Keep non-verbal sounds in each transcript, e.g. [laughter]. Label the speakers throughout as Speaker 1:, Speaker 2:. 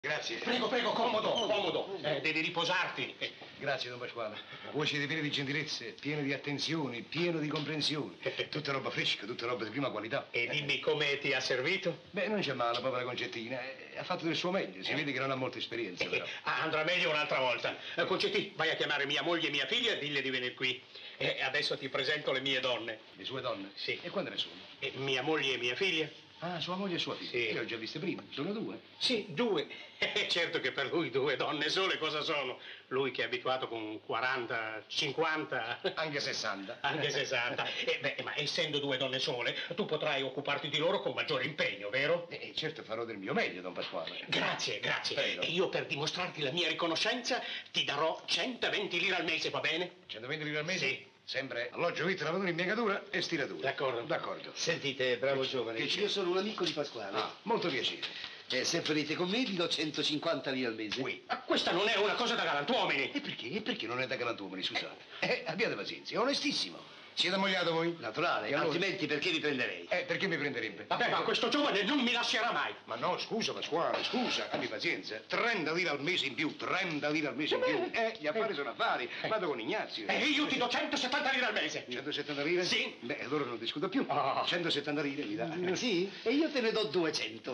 Speaker 1: grazie.
Speaker 2: Prego, prego, comodo, comodo. Eh, devi riposarti. Eh,
Speaker 1: Grazie, don Pasquale. Voi siete pieni di gentilezze, pieni di attenzioni, pieno di comprensione. Tutta roba fresca, tutta roba di prima qualità.
Speaker 2: E dimmi come ti ha servito?
Speaker 1: Beh, non c'è male, povera concettina. eh, Ha fatto del suo meglio. Si vede che non ha molta esperienza,
Speaker 2: [laughs]
Speaker 1: però.
Speaker 2: Ah, andrà meglio un'altra volta. Eh, Concetti, vai a chiamare mia moglie e mia figlia e dille di venire qui. E adesso ti presento le mie donne.
Speaker 1: Le sue donne?
Speaker 2: Sì.
Speaker 1: E quando ne sono?
Speaker 2: Eh, mia moglie e mia figlia?
Speaker 1: Ah, sua moglie e sua figlia.
Speaker 2: Sì.
Speaker 1: Io le ho già viste prima. Sono due.
Speaker 2: Sì, due. [laughs] Eh, certo che per lui due donne sole cosa sono? Lui che è abituato con 40, 50,
Speaker 1: Anche 60.
Speaker 2: [laughs] anche [laughs] 60. Eh, beh, ma essendo due donne sole, tu potrai occuparti di loro con maggiore impegno, vero?
Speaker 1: E certo farò del mio meglio, don Pasquale.
Speaker 2: Grazie, grazie.
Speaker 1: Prego.
Speaker 2: E io per dimostrarti la mia riconoscenza ti darò 120 lire al mese, va bene?
Speaker 1: 120 lire al mese?
Speaker 2: Sì.
Speaker 1: Sempre alloggio, vitto, lavatura, impiegatura e stiratura.
Speaker 2: D'accordo.
Speaker 1: D'accordo.
Speaker 3: Sentite, bravo giovane,
Speaker 1: Che c'è?
Speaker 3: io sono un amico di Pasquale.
Speaker 1: Ah, molto piacere.
Speaker 3: Eh, se venite con me vi do 150 lire al mese.
Speaker 1: Ui.
Speaker 2: Ma questa non è una cosa da galantuomini.
Speaker 1: E perché? E perché non è da galantuomini, scusate? Eh, abbiate pazienza, è onestissimo. Siete ammogliato voi?
Speaker 3: Naturale,
Speaker 1: E allora?
Speaker 3: altrimenti perché vi prenderei?
Speaker 1: Eh, perché mi prenderebbe?
Speaker 2: Vabbè, ma questo giovane non mi lascerà mai.
Speaker 1: Ma no, scusa Pasquale, scusa, abbi pazienza. 30 lire al mese in più, 30 lire al mese in più. Eh, gli affari sono affari. Vado con Ignazio.
Speaker 2: E io ti do 170 lire al mese.
Speaker 1: 170 lire?
Speaker 2: Sì.
Speaker 1: Beh, allora non discuto più.
Speaker 2: Ah.
Speaker 1: 170 lire mi dà.
Speaker 3: Sì? E io te ne do 200.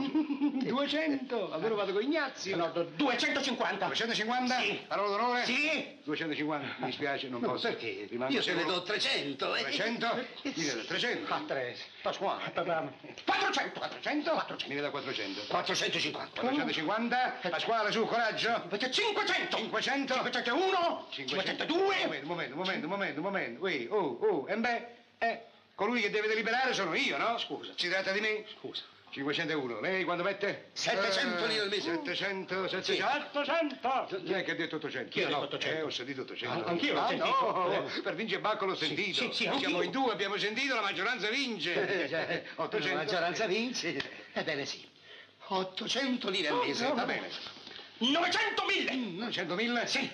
Speaker 1: 200, allora vado con Ignazio.
Speaker 2: No, do 250.
Speaker 1: 250?
Speaker 2: Sì.
Speaker 1: Parola d'onore?
Speaker 2: Sì.
Speaker 1: 250, mi dispiace, non posso.
Speaker 3: Perché?
Speaker 1: Rimango
Speaker 3: io te ne
Speaker 1: solo-
Speaker 3: do 300. eh.
Speaker 1: 300? Mi dà 300?
Speaker 2: Ah, tre.
Speaker 1: Pasquale.
Speaker 2: 400. 400?
Speaker 1: 400? Mi dà 400.
Speaker 2: 450.
Speaker 1: 450?
Speaker 3: Eh.
Speaker 1: Pasquale, su, coraggio.
Speaker 2: Perché 500.
Speaker 1: 500?
Speaker 2: 501. 502.
Speaker 1: Un momento, un momento, un momento, un momento. Ui, oh, oh, e beh, eh, colui che deve deliberare sono io, no? Scusa. Si tratta di me? Scusa. 501, lei quando mette? Eh,
Speaker 3: 700 lire al mese.
Speaker 1: 700, 700.
Speaker 2: 800.
Speaker 1: Chi è che ha detto 800?
Speaker 2: Chi ha
Speaker 1: no.
Speaker 2: detto 800?
Speaker 1: Eh, ho sentito 800.
Speaker 2: Ah, anch'io l'ho
Speaker 1: Ah,
Speaker 2: sentito.
Speaker 1: no,
Speaker 2: Eh.
Speaker 1: per vincere Bacco l'ho sentito.
Speaker 2: sì, sì,
Speaker 1: Siamo
Speaker 2: anch'io.
Speaker 1: in due, abbiamo sentito, la maggioranza
Speaker 2: [laughs]
Speaker 1: vince.
Speaker 3: Cioè,
Speaker 1: 800.
Speaker 3: La maggioranza vince. Ebbene sì. 800 lire
Speaker 2: Oh,
Speaker 3: al mese.
Speaker 1: Va bene.
Speaker 2: 900.000.
Speaker 1: 900.000? Sì.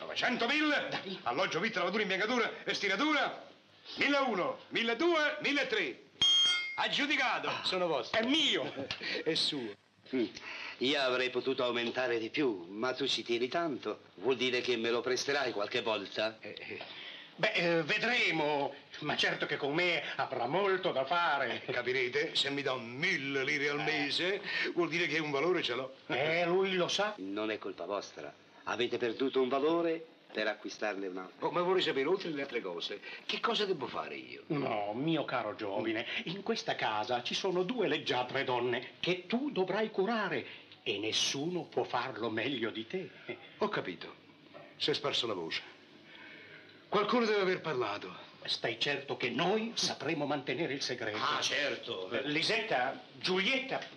Speaker 1: 900.000? Alloggio, vitto, lavatura, imbiancatura e stiratura? 1.001, 1.002, 1.003. Aggiudicato.
Speaker 2: Ah,
Speaker 1: Sono vostro.
Speaker 2: È mio.
Speaker 1: È suo.
Speaker 3: Mm. Io avrei potuto aumentare di più, ma tu ci tieni tanto. Vuol dire che me lo presterai qualche volta?
Speaker 2: Beh, eh, vedremo. Ma certo che con me avrà molto da fare.
Speaker 1: Capirete? Se mi dà 1.000 lire al mese, vuol dire che un valore ce l'ho.
Speaker 2: Eh, lui lo sa.
Speaker 3: Non è colpa vostra. Avete perduto un valore per acquistarne un altro.
Speaker 1: Oh, ma vorrei sapere, oltre alle altre cose, che cosa devo fare io?
Speaker 2: No, mio caro giovine, in questa casa ci sono due leggiadre donne che tu dovrai curare e nessuno può farlo meglio di te.
Speaker 1: Ho capito. Si è sparsa la voce. Qualcuno deve aver parlato.
Speaker 2: Stai
Speaker 1: Ah,
Speaker 2: certo che noi sapremo mantenere il segreto.
Speaker 3: certo.
Speaker 2: Lisetta, Giulietta,